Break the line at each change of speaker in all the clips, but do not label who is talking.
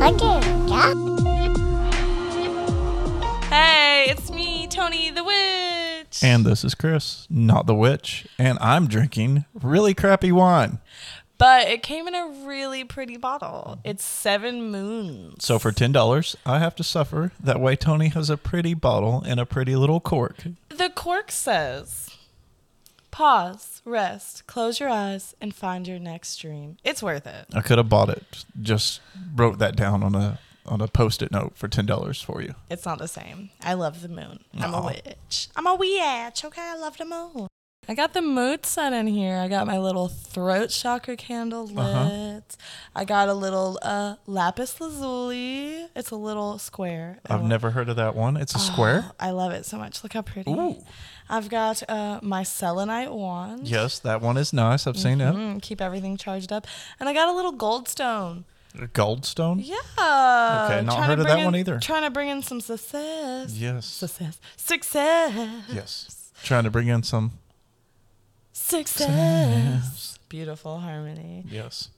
Okay. Yeah.
Hey, it's me, Tony the Witch.
And this is Chris, not the witch, and I'm drinking really crappy wine.
but it came in a really pretty bottle. It's Seven Moons.
So for ten dollars, I have to suffer. That way, Tony has a pretty bottle and a pretty little cork.
The cork says, "Pause, rest, close your eyes, and find your next dream." It's worth it.
I could have bought it. Just wrote that down on a on a post-it note for ten dollars for you.
It's not the same. I love the moon. I'm a
Aw.
witch. I'm a witch. Okay, I love the moon. I got the mood set in here. I got my little throat chakra candle lit.
Uh-huh.
I got a little uh, lapis lazuli. It's a little square. I
I've
love-
never heard of that one. Ah, It's a square.
Oh, I love it so much. Look how pretty.
Ooh.
I've got uh, my selenite wand.
Yes, that one is nice. I've seen it.
Mm, keep everything charged up. And I got a little goldstone.
Mm-hmm. Goldstone.
Yeah. Trying
Okay, not
to
heard of
bring
that
in-
one either.
Trying to bring in some success.
Yes.
Success. Success.
Yes. Trying to bring in some.
Success. Beautiful harmony.
Yes.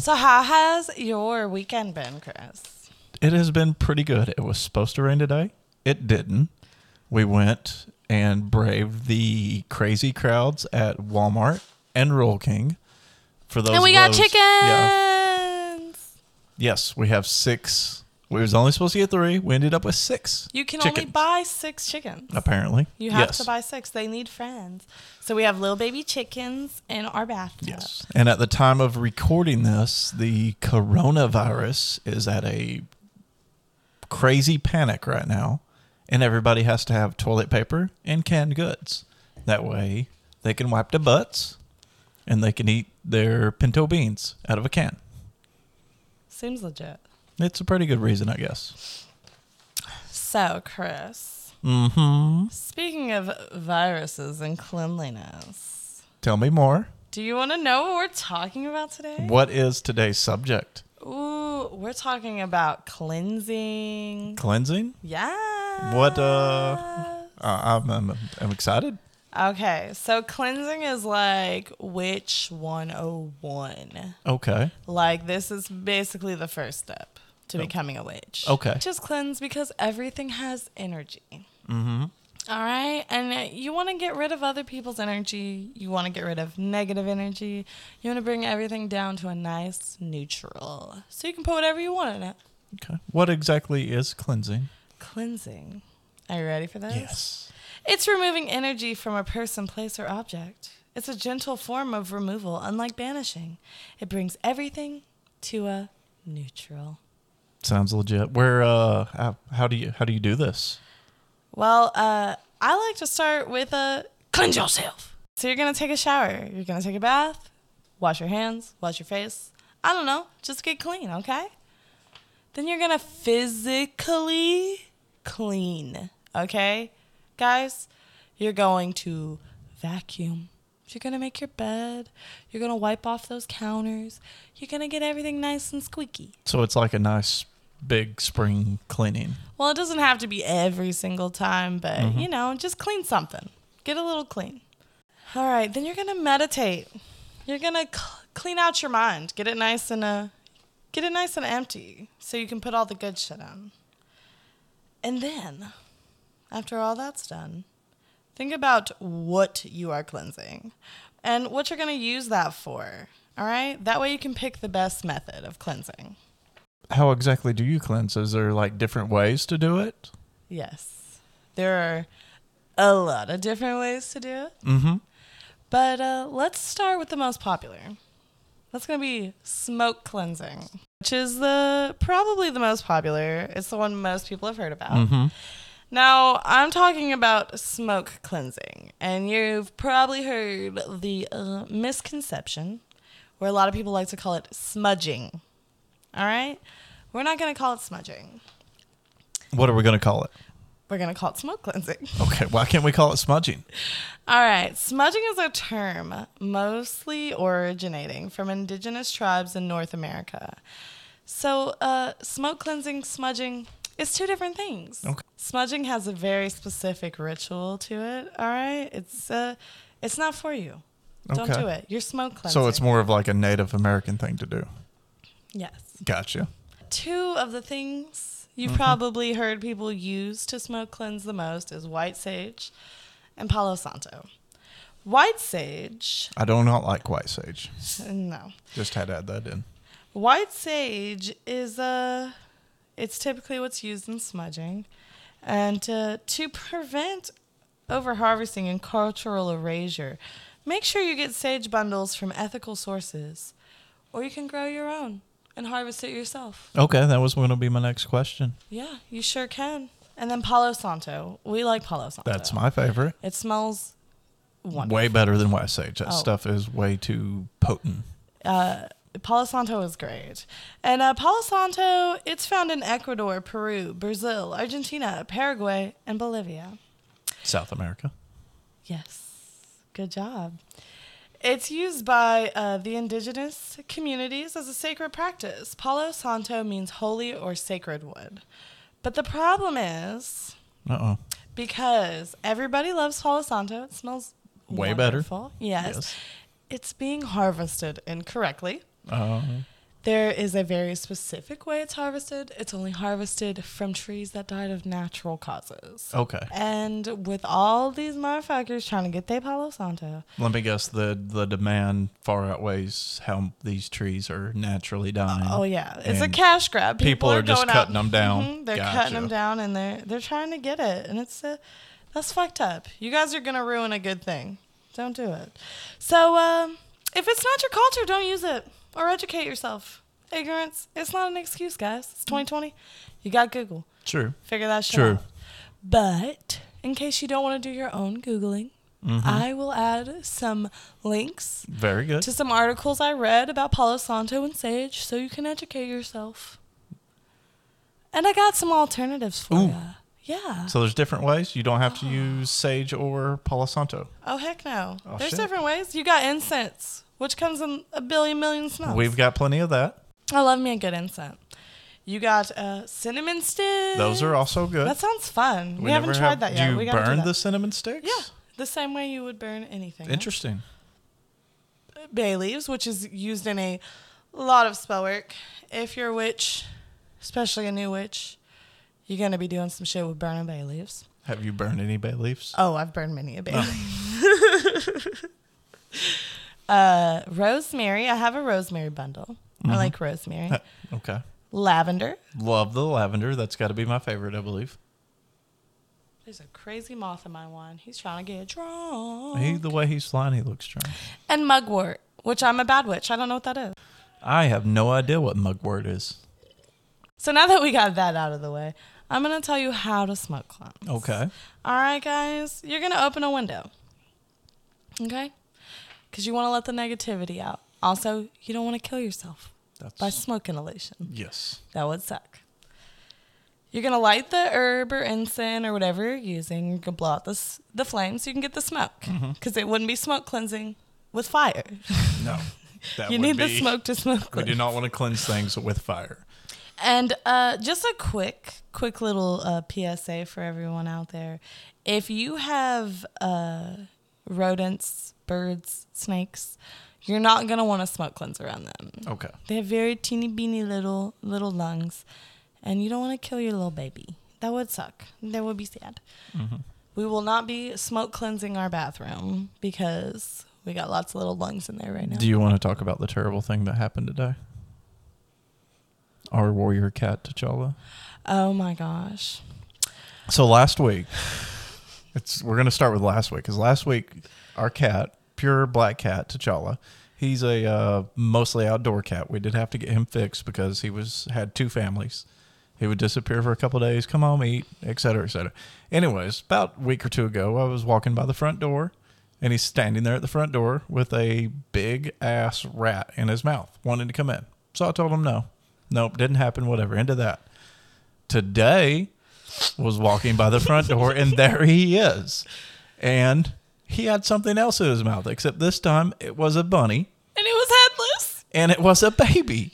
So, how has your weekend been, Chris?
It has been pretty good. It was supposed to rain today. It didn't. We went and braved the crazy crowds at Walmart and Roll King. For those,
and we
of
got
those-
chickens.
Yeah. Yes, we have six. We was only supposed to get three. We ended up with six.
You can only
chickens,
buy six chickens.
Apparently,
You have
Yes.
to buy six. They need friends. So, we have little baby chickens in our bathtub.
Yes. And at the time of recording this, the coronavirus is at a crazy panic right now, and everybody has to have toilet paper and canned goods. That way, they can wipe their butts and they can eat their pinto beans out of a can.
Seems legit.
It's a pretty good reason, I guess.
So, Chris,
Mm-hmm.
speaking of viruses and cleanliness,
Tell me more.
do you want to know what we're talking about today?
What is today's subject?
Ooh, we're talking about cleansing.
Cleansing?
Yeah.
What, uh, Uh, I'm, I'm, I'm excited.
Okay, so cleansing is like Witch 101.
Okay.
Like, this is basically the first step to becoming a witch.
Okay.
Just cleanse because everything has energy. Mm-hmm. All right, and uh, you want to get rid of other people's energy. You want to get rid of negative energy. You want to bring everything down to a nice neutral, so you can put whatever you want in it.
Okay. What exactly is cleansing?
Cleansing. Are you ready for this?
Yes.
It's removing energy from a person, place, or object. It's a gentle form of removal, unlike banishing. It brings everything to a neutral.
Sounds legit. Where uh how, how do you how do you do this?
Well, uh, I like to start with a cleanse yourself. So you're gonna take a shower. You're gonna take a bath, wash your hands, wash your face. I don't know, just get clean, okay? Then you're gonna physically clean, okay? Guys, you're going to vacuum. You're gonna make your bed. You're gonna wipe off those counters. You're gonna get everything nice and squeaky.
So it's like a nice big spring cleaning.
Well, it doesn't have to be every single time, but you know, just clean something. Get a little clean. All right, then you're going to meditate. You're going to cl- clean out your mind. Get it nice and uh get it nice and empty so you can put all the good shit in. And then after all that's done, think about what you are cleansing and what you're going to use that for. All right? That way you can pick the best method of cleansing.
How exactly do you cleanse? Is there like different ways to do it?
Yes. There are a lot of different ways to do it.
Mhm.
But uh, let's start with the most popular. That's going to be smoke cleansing, which is the probably the most popular. It's the one most people have heard about. Now, I'm talking about smoke cleansing, and you've probably heard the uh, misconception where a lot of people like to call it smudging. All right? We're not going to call it smudging.
What are we going to call it?
We're going to call it smoke cleansing.
Okay, why can't we call it smudging?
All right, smudging is a term mostly originating from indigenous tribes in North America. So, uh, smoke cleansing, smudging, It's two different things.
Okay.
Smudging has a very specific ritual to it. All right, it's uh, it's not for you. Don't
Okay.
do it. You're smoke cleansing.
So it's more of like a Native American thing to do.
yes.
Gotcha.
Two of the things you
Mm-hmm.
probably heard people use to smoke cleanse the most is white sage and Palo Santo. White sage,
I do not like white sage.
no.
Just had to add that in.
White sage is a. It's typically what's used in smudging, and to to prevent overharvesting and cultural erasure, make sure you get sage bundles from ethical sources, or you can grow your own and harvest it yourself.
Okay, that was going to be my next question.
Yeah, you sure can. And then Palo Santo, we like Palo Santo.
That's my favorite.
It smells wonderful.
Way better than white sage. That
Oh.
stuff is way too potent.
uh, Palo Santo is great. And uh, Palo Santo, it's found in Ecuador, Peru, Brazil, Argentina, Paraguay, and Bolivia.
South America.
Yes, good job. It's used by uh, the indigenous communities as a sacred practice. Palo Santo means holy or sacred wood. But the problem is
Uh oh.
because everybody loves Palo Santo, it smells
Way better.
wonderful. Yes. It's being harvested incorrectly.
Oh.
There is a very specific way it's harvested. It's only harvested from trees that died of natural causes.
Oh, okay.
And with all these motherfuckers trying to get their Palo Santo,
Let me guess. The the demand far outweighs how these trees are naturally dying.
oh yeah, it's a
Uh-huh. And
cash grab.
people are just
going out-
cutting 'em down.
Mhm, they're
Gotcha.
cutting them down, and they're they're trying to get it, and it's a, that's fucked up. You guys are gonna ruin a good thing. Don't do it. So um, if it's not your culture, don't use it or educate yourself. Ignorance, it's not an excuse, guys. It's 2020. You got Google.
True.
figure that shit
True.
out. But in case you don't want to do your own Googling,
Mm-hmm.
I will add some links
Very good.
to some articles I read about Palo Santo and Sage so you can educate yourself. And I got some alternatives for
Ooh.
you. Yeah.
so there's different ways. You don't have to use sage or Palo Santo.
oh, heck no.
Oh,
There's
shit.
different ways. You got incense, which comes in a billion million smells.
We've got plenty of that.
I love me a good incense. You got uh, cinnamon sticks.
Those are also good.
That sounds fun. We, haven't
never
tried
have-
that yet.
You
we gotta do
burn
that.
the cinnamon sticks?
Yeah, the same way you would burn anything. right?
Interesting.
Bay leaves, which is used in a lot of spell work. If you're a witch, especially a new witch, you're gonna be doing some shit with burning bay leaves.
Have you burned any bay leaves?
Oh, I've burned many a bay leaf. uh, rosemary. I have a rosemary bundle. I like rosemary.
okay.
Lavender.
Love the lavender. That's got to be my favorite, I believe.
There's a crazy moth in my wine. He's trying to get drunk.
He, the way he's flying, he looks strong.
and mugwort, which I'm a bad witch. I don't know what that is.
I have no idea what mugwort is.
So now that we got that out of the way, I'm gonna tell you how to smoke cleanse.
Okay.
All right, guys, you're gonna open a window, okay? Because you want to let the negativity out. Also, you don't want to kill yourself
That's
by smoke inhalation.
yes.
That would suck. You're gonna light the herb or incense or whatever you're using. You're gonna blow out the s- the flame so you can get the smoke.
Mm-hmm.
Because it wouldn't be smoke cleansing with fire.
No. That
you
would
need the
be-
smoke to smoke.
We
Cleanse.
do not want to cleanse things with fire.
And uh, just a quick, quick little uh, PSA for everyone out there. If you have uh, rodents, birds, snakes, you're not going to want to smoke cleanse around them.
Okay.
They have very teeny beeny little, little lungs, and you don't want to kill your little baby. That would suck. That would be sad.
Mm-hmm.
We will not be smoke cleansing our bathroom because we got lots of little lungs in there right now.
Do you want to talk about the terrible thing that happened today? Our warrior cat T'Challa.
oh my gosh.
So last week, it's we're gonna start with last week because last week our cat, pure black cat T'Challa, he's a uh, mostly outdoor cat. We did have to get him fixed because he was had two families. He would disappear for a couple days, come home, eat, et cetera, et cetera. Anyways, about a week or two ago, I was walking by the front door, and he's standing there at the front door with a big ass rat in his mouth, wanting to come in. So I told him no, nope, didn't happen. Whatever, end of that. Today, was walking by the front door, and there he is. And he had something else in his mouth, except this time it was a bunny
And it was headless.
and it was a baby.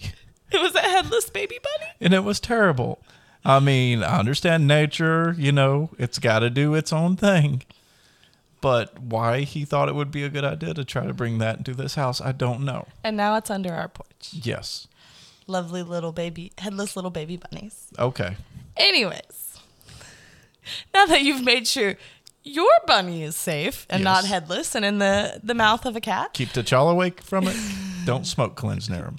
It was a headless baby bunny.
And it was terrible. I mean, I understand nature, you know, it's got to do its own thing. But why he thought it would be a good idea to try to bring that into this house, I don't know.
And now it's under our porch.
Yes.
Lovely little baby, headless little baby bunnies.
Okay.
Anyways, now that you've made sure your bunny is safe and not
Yes.
headless and in the, the mouth of a cat,
Keep T'Challa awake from it. Don't smoke cleanse near him.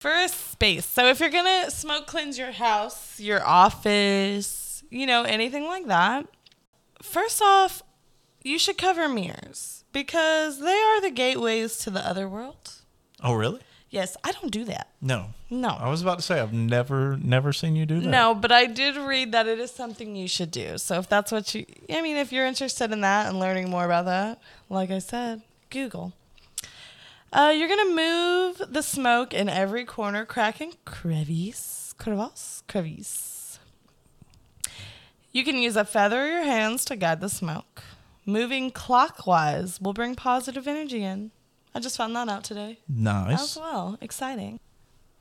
First space. So if you're gonna smoke cleanse your house, your office, you know, anything like that, first off, you should cover mirrors because they are the gateways to the other world.
Oh, really?
Yes, I don't do that.
No.
No.
I was about to say, I've never, never seen you do that.
No, but I did read that it is something you should do. So if that's what you, I mean, if you're interested in that and learning more about that, like I said, Google. Uh, you're gonna move the smoke in every corner, crack, and crevice, crevice, crevice. You can use a feather or your hands to guide the smoke. Moving clockwise will bring positive energy in. I just found that out today
Nice.
as well. Exciting.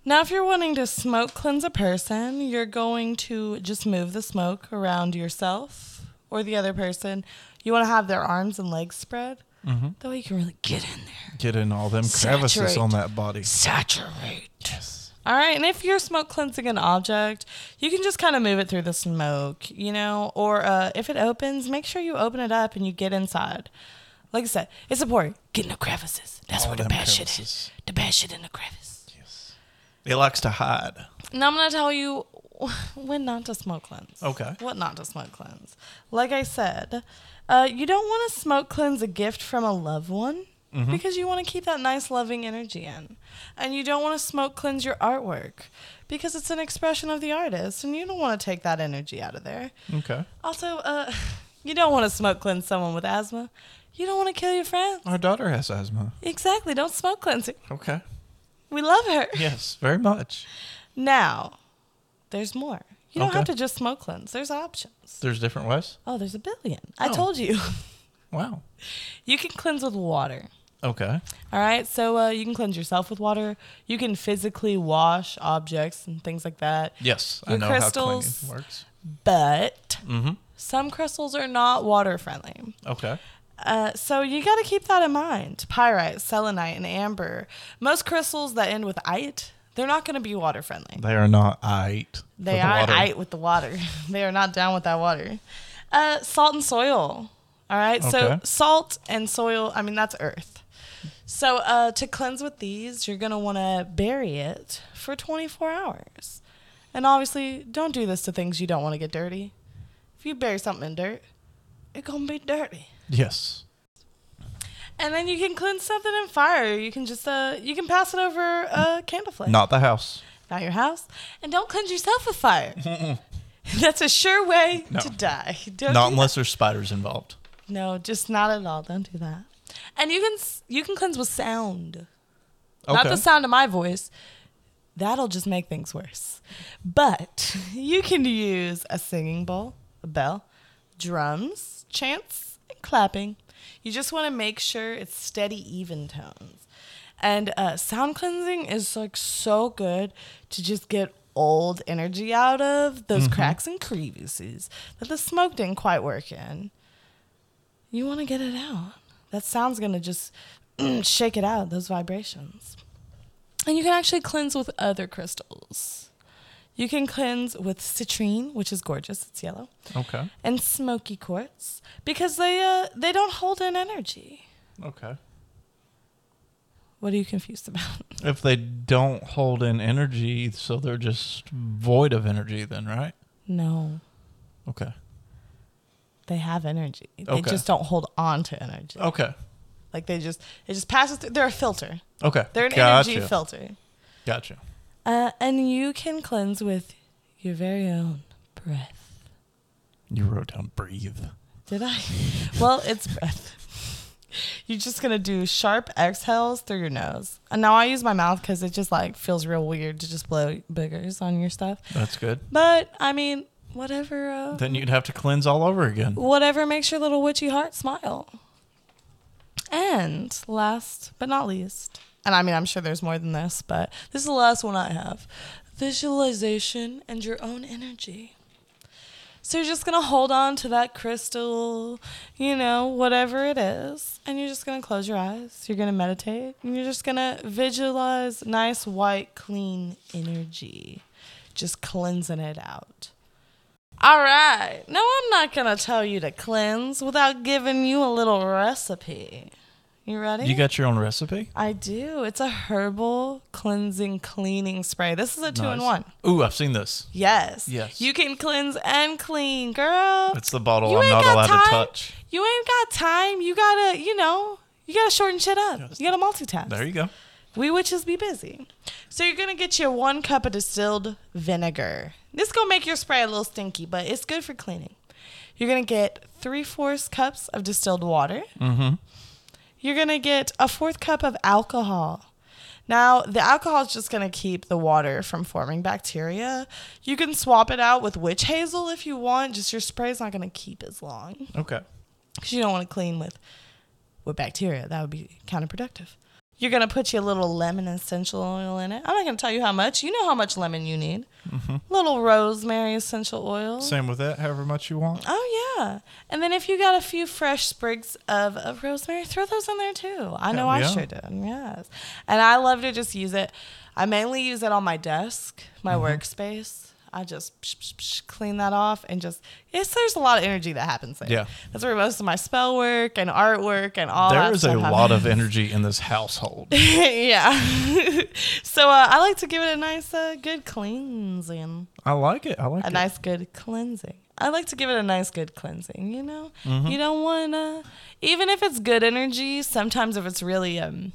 Now, if you're wanting to smoke cleanse a person, you're going to just move the smoke around yourself or the other person. You want to have their arms and legs spread.
Mm-hmm.
That way you can really get in there.
Get in all them crevices
Saturate.
on that body.
Saturate. All right. And if you're smoke cleansing an object, you can just kind of move it through the smoke, you know, or uh, if it opens, make sure you open it up and you get inside. Like I said, it's important. Get in the crevices. That's
All
where the
them
bad shit
crevices.
is. The bad shit in the crevice.
It likes to hide.
Now I'm gonna tell you when not to smoke cleanse.
Okay.
What not to smoke cleanse? Like I said, uh, you don't want to smoke cleanse a gift from a loved one because you want to keep that nice loving energy in, and you don't want to smoke cleanse your artwork because it's an expression of the artist, and you don't want to take that energy out of there.
Okay.
Also, uh, you don't want to smoke cleanse someone with asthma. You don't want to kill your friend.
Our daughter has asthma.
Exactly. Don't smoke cleanse her.
Okay.
We love her.
Yes, very much.
Now, there's more. You don't
Okay.
have to just smoke cleanse. There's options.
There's different ways.
Oh, there's a billion. I
Oh.
told you.
Wow.
You can cleanse with water.
Okay.
All right. So uh, you can cleanse yourself with water. You can physically wash objects and things like that.
Yes, I
Your
know
crystals.
how cleaning works.
But
Mm-hmm.
some crystals are not water friendly.
Okay.
Uh, so you got to keep that in mind. Pyrite, selenite, and amber. Most crystals that end with ite, they're not going to be water friendly.
They are not ite. for
They
the
are
water.
out with the water. they are not down with that water. Uh, salt and soil. All right. So
Okay.
salt and soil. I mean that's earth. So uh, to cleanse with these, you're gonna want to bury it for 24 hours. And obviously, don't do this to things you don't want to get dirty. If you bury something in dirt, it's gonna be dirty.
Yes.
And then you can cleanse something in fire. You can just uh, you can pass it over a candle flame
Not the house.
not your house, and don't cleanse yourself with fire. That's a sure way
No.
to die. Don't
not
do
unless there's spiders involved.
that. no, just not at all. Don't do that. And you can s- you can cleanse with sound,
Okay.
not the sound of my voice. That'll just make things worse. But you can use a singing bowl, a bell, drums, chants, and clapping. You just want to make sure it's steady, even tones. And uh, sound cleansing is like so good to just get old energy out of those cracks and crevices that the smoke didn't quite work in. You want to get it out. That sound's going to just shake it out, those vibrations. And you can actually cleanse with other crystals. You can cleanse with citrine, which is gorgeous, it's yellow,
Okay.
and smoky quartz because they, uh, they don't hold in energy.
Okay.
What are you confused about?
If they don't hold in energy, so they're just void of energy, then, right?
No,
Okay.
they have energy. They
Okay. Oh.
just don't hold on to energy.
Okay.
Like they just, it just passes through. They're a filter.
Okay.
They're an
gotcha.
energy filter.
Gotcha.
Uh, and you can cleanse with your very own breath.
You wrote down breathe.
Did I? well, it's breath. You're just gonna do sharp exhales through your nose. And now I use my mouth because it just like feels real weird to just blow boogers on your stuff.
That's good.
But I mean, whatever. Uh,
Then you'd have to cleanse all over again.
whatever makes your little witchy heart smile. And last but not least, and I mean, I'm sure there's more than this, but this is the last one I have. visualization, and your own energy. So you're just going to hold on to that crystal, you know, whatever it is, and you're just going to close your eyes. You're going to meditate, and you're just going to visualize nice, white, clean energy, just cleansing it out. All right. Now, I'm not going to tell you to cleanse without giving you a little recipe. You ready?
You got your own recipe?
I do. It's a herbal cleansing cleaning spray. This is a two in
Nice.
one.
Ooh, I've seen this.
Yes.
Yes.
You can cleanse and clean, girl.
It's the bottle
you
I'm
ain't
not
got
allowed
time.
to touch.
You ain't got time. You gotta, you know, you gotta shorten shit up.
Yes.
You gotta multitask.
There you go.
We witches be busy. So you're gonna get your one cup of distilled vinegar. This gonna make your spray a little stinky, but it's good for cleaning. You're gonna get three fourths cups of distilled water. Mm-hmm. You're gonna get a fourth cup of alcohol. Now the alcohol is just gonna keep the water from forming bacteria. You can swap it out with witch hazel if you want. Just your spray's not gonna keep as long
Okay.
because you don't want to clean with with bacteria. That would be counterproductive. You're gonna put your little lemon essential oil in it. I'm not gonna tell you how much. You know how much lemon you need. Little rosemary essential oil.
Same with that, however much you want.
Oh yeah. And then if you got a few fresh sprigs of, of rosemary, throw those in there too. I know
Hell
I
yeah.
sure did. Yes. And I love to just use it. I mainly use it on my desk, my
Mm-hmm.
workspace. I just psh, psh, psh, clean that off and just yes, there's a lot of energy that happens there.
Yeah.
That's where most of my spell work and artwork and all
There
that
is a
stuff
lot
happens.
of energy in this household.
yeah. so uh, I like to give it a nice uh, good cleansing
I like it. I like
a
it.
nice good cleansing. I like to give it a nice good cleansing, you know? You don't want to even if it's good energy, sometimes if it's really um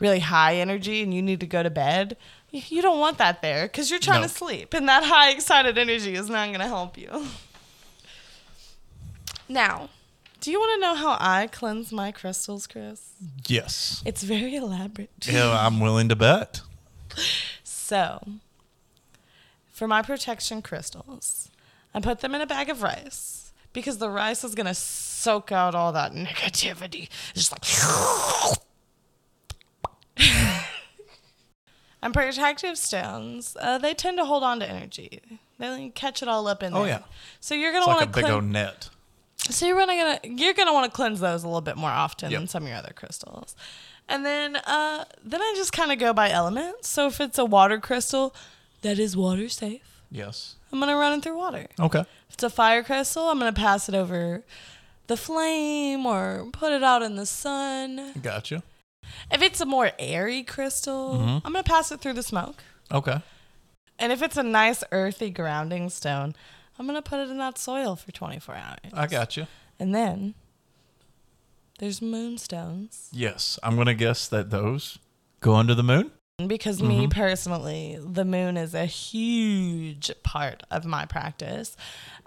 really high energy and you need to go to bed, y- you don't want that there cuz you're trying
No.
to sleep and that high excited energy is not going to help you. Now, do you want to know how I cleanse my crystals, Chris?
yes.
It's very elaborate.
Yeah, I'm willing to bet.
So, for my protection crystals, I put them in a bag of rice because the rice is going to soak out all that negativity. It's just like. and protective stones, uh, they tend to hold on to energy. They like, catch it all up in there.
Oh, yeah.
So you're gonna
It's
want
like a
to
big
clean-
old net.
so you're gonna, gonna you're gonna want to cleanse those a little bit more often
Yep.
than some of your other crystals, and then uh, then I just kind of go by element. So if it's a water crystal, that is water safe.
Yes.
I'm gonna run it through water.
Okay.
If it's a fire crystal, I'm gonna pass it over the flame or put it out in the sun.
Gotcha.
If it's a more airy crystal,
Mm-hmm.
I'm gonna pass it through the smoke.
Okay.
And if it's a nice earthy grounding stone, I'm gonna put it in that soil for 24 hours.
I got you.
And then there's moonstones.
Yes. I'm going to guess that those go under the moon.
Because
Mm-hmm.
me personally, the moon is a huge part of my practice.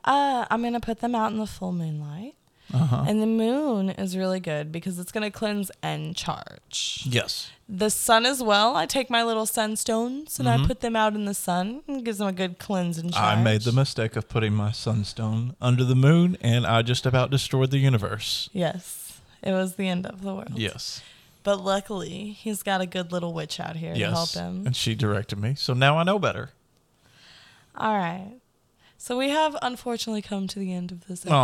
Uh, I'm going to put them out in the full moonlight.
Uh-huh.
And the moon is really good because it's going to cleanse and charge.
Yes.
The sun as well. I take my little sunstones and I put them out in the sun and it gives them a good cleanse and charge.
Mm-hmm. I made the mistake of putting my sunstone under the moon and I just about destroyed the universe.
Yes. It was the end of the world.
Yes.
But luckily, he's got a good little witch out here to help
Yes.
him.
And she directed me. So now I know better.
All right. So we have unfortunately come to the end of this
Aw,
episode.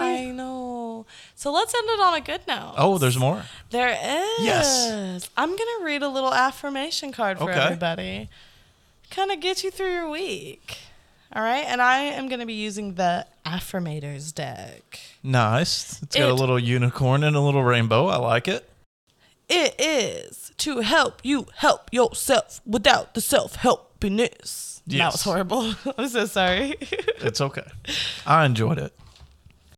already?
I know. So let's end it on a good note.
Oh, there's more.
There is.
Yes.
I'm going to read a little affirmation card for
Okay.
everybody. Kind of get you through your week. All right? And I am going to be using the affirmators deck.
Nice. It's got a
It-
little unicorn and a little rainbow. I like it.
It is to help you help yourself without the self-helpiness. That
Yes.
was horrible. I'm so sorry.
It's okay. I enjoyed it.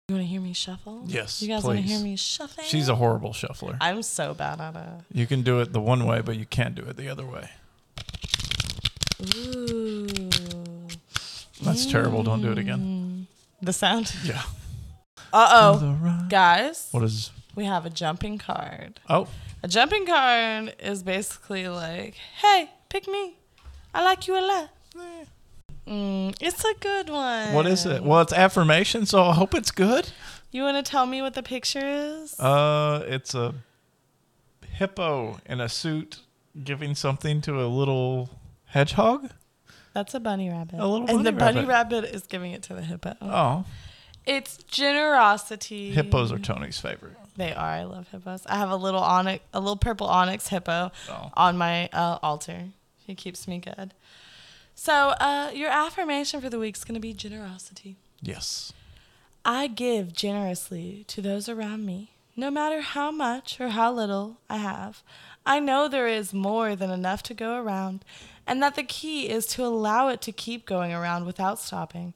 You want to hear me shuffle?
Yes,
You guys want to hear
please.
me shuffle?
She's a horrible shuffler.
I'm so bad at it.
You can do it the one way, but you can't do it the other way.
Ooh.
That's terrible. Don't do it again.
Hmm. The sound.
Yeah.
Uh oh.
The right-
Guys,
What is.
we have a jumping card.
Oh,
A jumping card is basically like, hey, pick me. I like you a lot. Mm, it's a good one.
what is it? Well, it's affirmation, so I hope it's good.
You want to tell me what the picture is?
Uh, it's a hippo in a suit giving something to a little hedgehog.
That's a bunny rabbit.
A little
and the
bunny
bunny rabbit is giving it to the hippo.
Oh,
It's generosity.
hippos are Tony's favorite.
They are. I love hippos. I have a little onyx, a little purple onyx hippo
Oh.
on my uh, altar. He keeps me good. So uh, your affirmation for the week is going to be generosity.
Yes.
I give generously to those around me, no matter how much or how little I have. I know there is more than enough to go around, and that the key is to allow it to keep going around without stopping.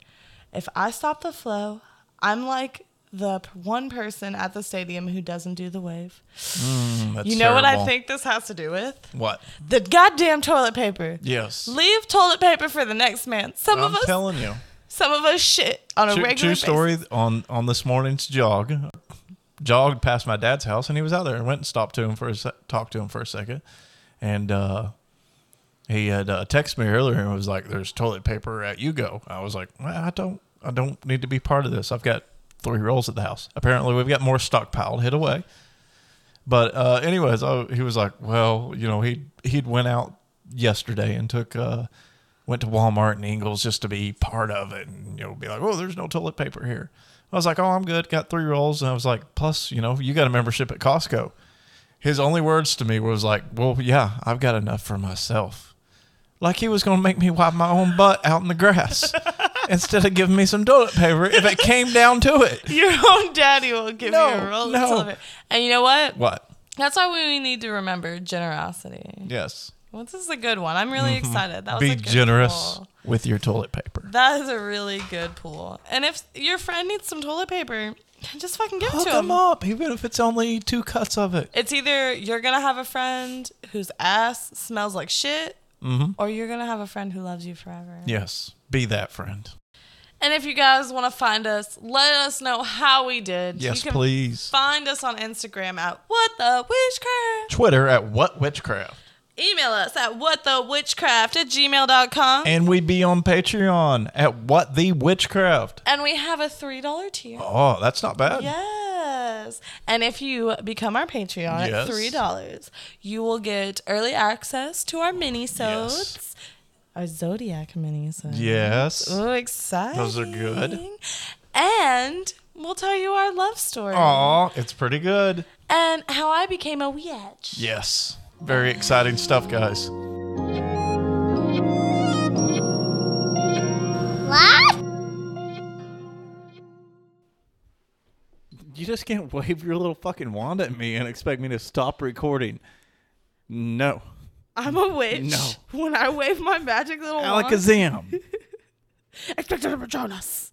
If I stop the flow, I'm like the p- one person at the stadium who doesn't do the wave.
Mm, that's
you know what I
terrible.
think this has to do with?
What?
The goddamn toilet paper.
Yes.
Leave toilet paper for the next man. Some
I'm
of us
telling you.
some of us shit on a
True,
regular
true
basis.
story on on this morning's jog. Jogged past my dad's house and he was out there and went and stopped to him for a sec, talked to him for a second, and uh, he had uh, texted me earlier and was like, "There's toilet paper at you go." I was like, well, "I don't, I don't need to be part of this. I've got three rolls at the house. Apparently, we've got more stockpiled. Hid away." But uh, anyways, I, he was like, "Well, you know, he he'd went out yesterday and took uh, went to Walmart and Ingles just to be part of it, and you know, be like, oh, there's no toilet paper here." I was like, "Oh, I'm good. Got three rolls," and I was like, "Plus, you know, you got a membership at Costco." His only words to me was like, "Well, yeah, I've got enough for myself." Like he was going to make me wipe my own butt out in the grass instead of giving me some toilet paper if it came down to it.
Your own daddy will give you
No,
a roll
no.
of silver. And you know what?
What?
That's why we need to remember generosity.
Yes.
Well, this is a good one. I'm really excited. That was
Mhm. Be
a good
generous
Pool.
with your toilet paper.
That is a really good pool. And if your friend needs some toilet paper, just fucking give it
Hook
to him.
them up, even if it's only two cuts of it.
It's either you're gonna have a friend whose ass smells like shit,
Mm-hmm.
or you're gonna have a friend who loves you forever.
Yes, be that friend.
And if you guys want to find us, let us know how we did.
Yes,
you can
please.
Find us on Instagram at what the witchcraft.
Twitter at what witchcraft,
Email us at whatthewitchcraft at gmail.com.
and we'd be on Patreon at what the witchcraft.
And we have a $3 tier.
Oh, that's not bad.
Yes. And if you become our Patreon
Yes.
at $3, you will get early access to our mini
Yes.
our Zodiac mini
Yes.
Oh, exciting.
Those are good.
And we'll tell you our love story
Aw, it's pretty good.
and how I became a witch.
Yes, very exciting stuff, guys.
What?
You just can't wave your little fucking wand at me and expect me to stop recording. No,
I'm a witch.
No.
When I wave my magic little wand,
Alakazam.
Expecto Patronus.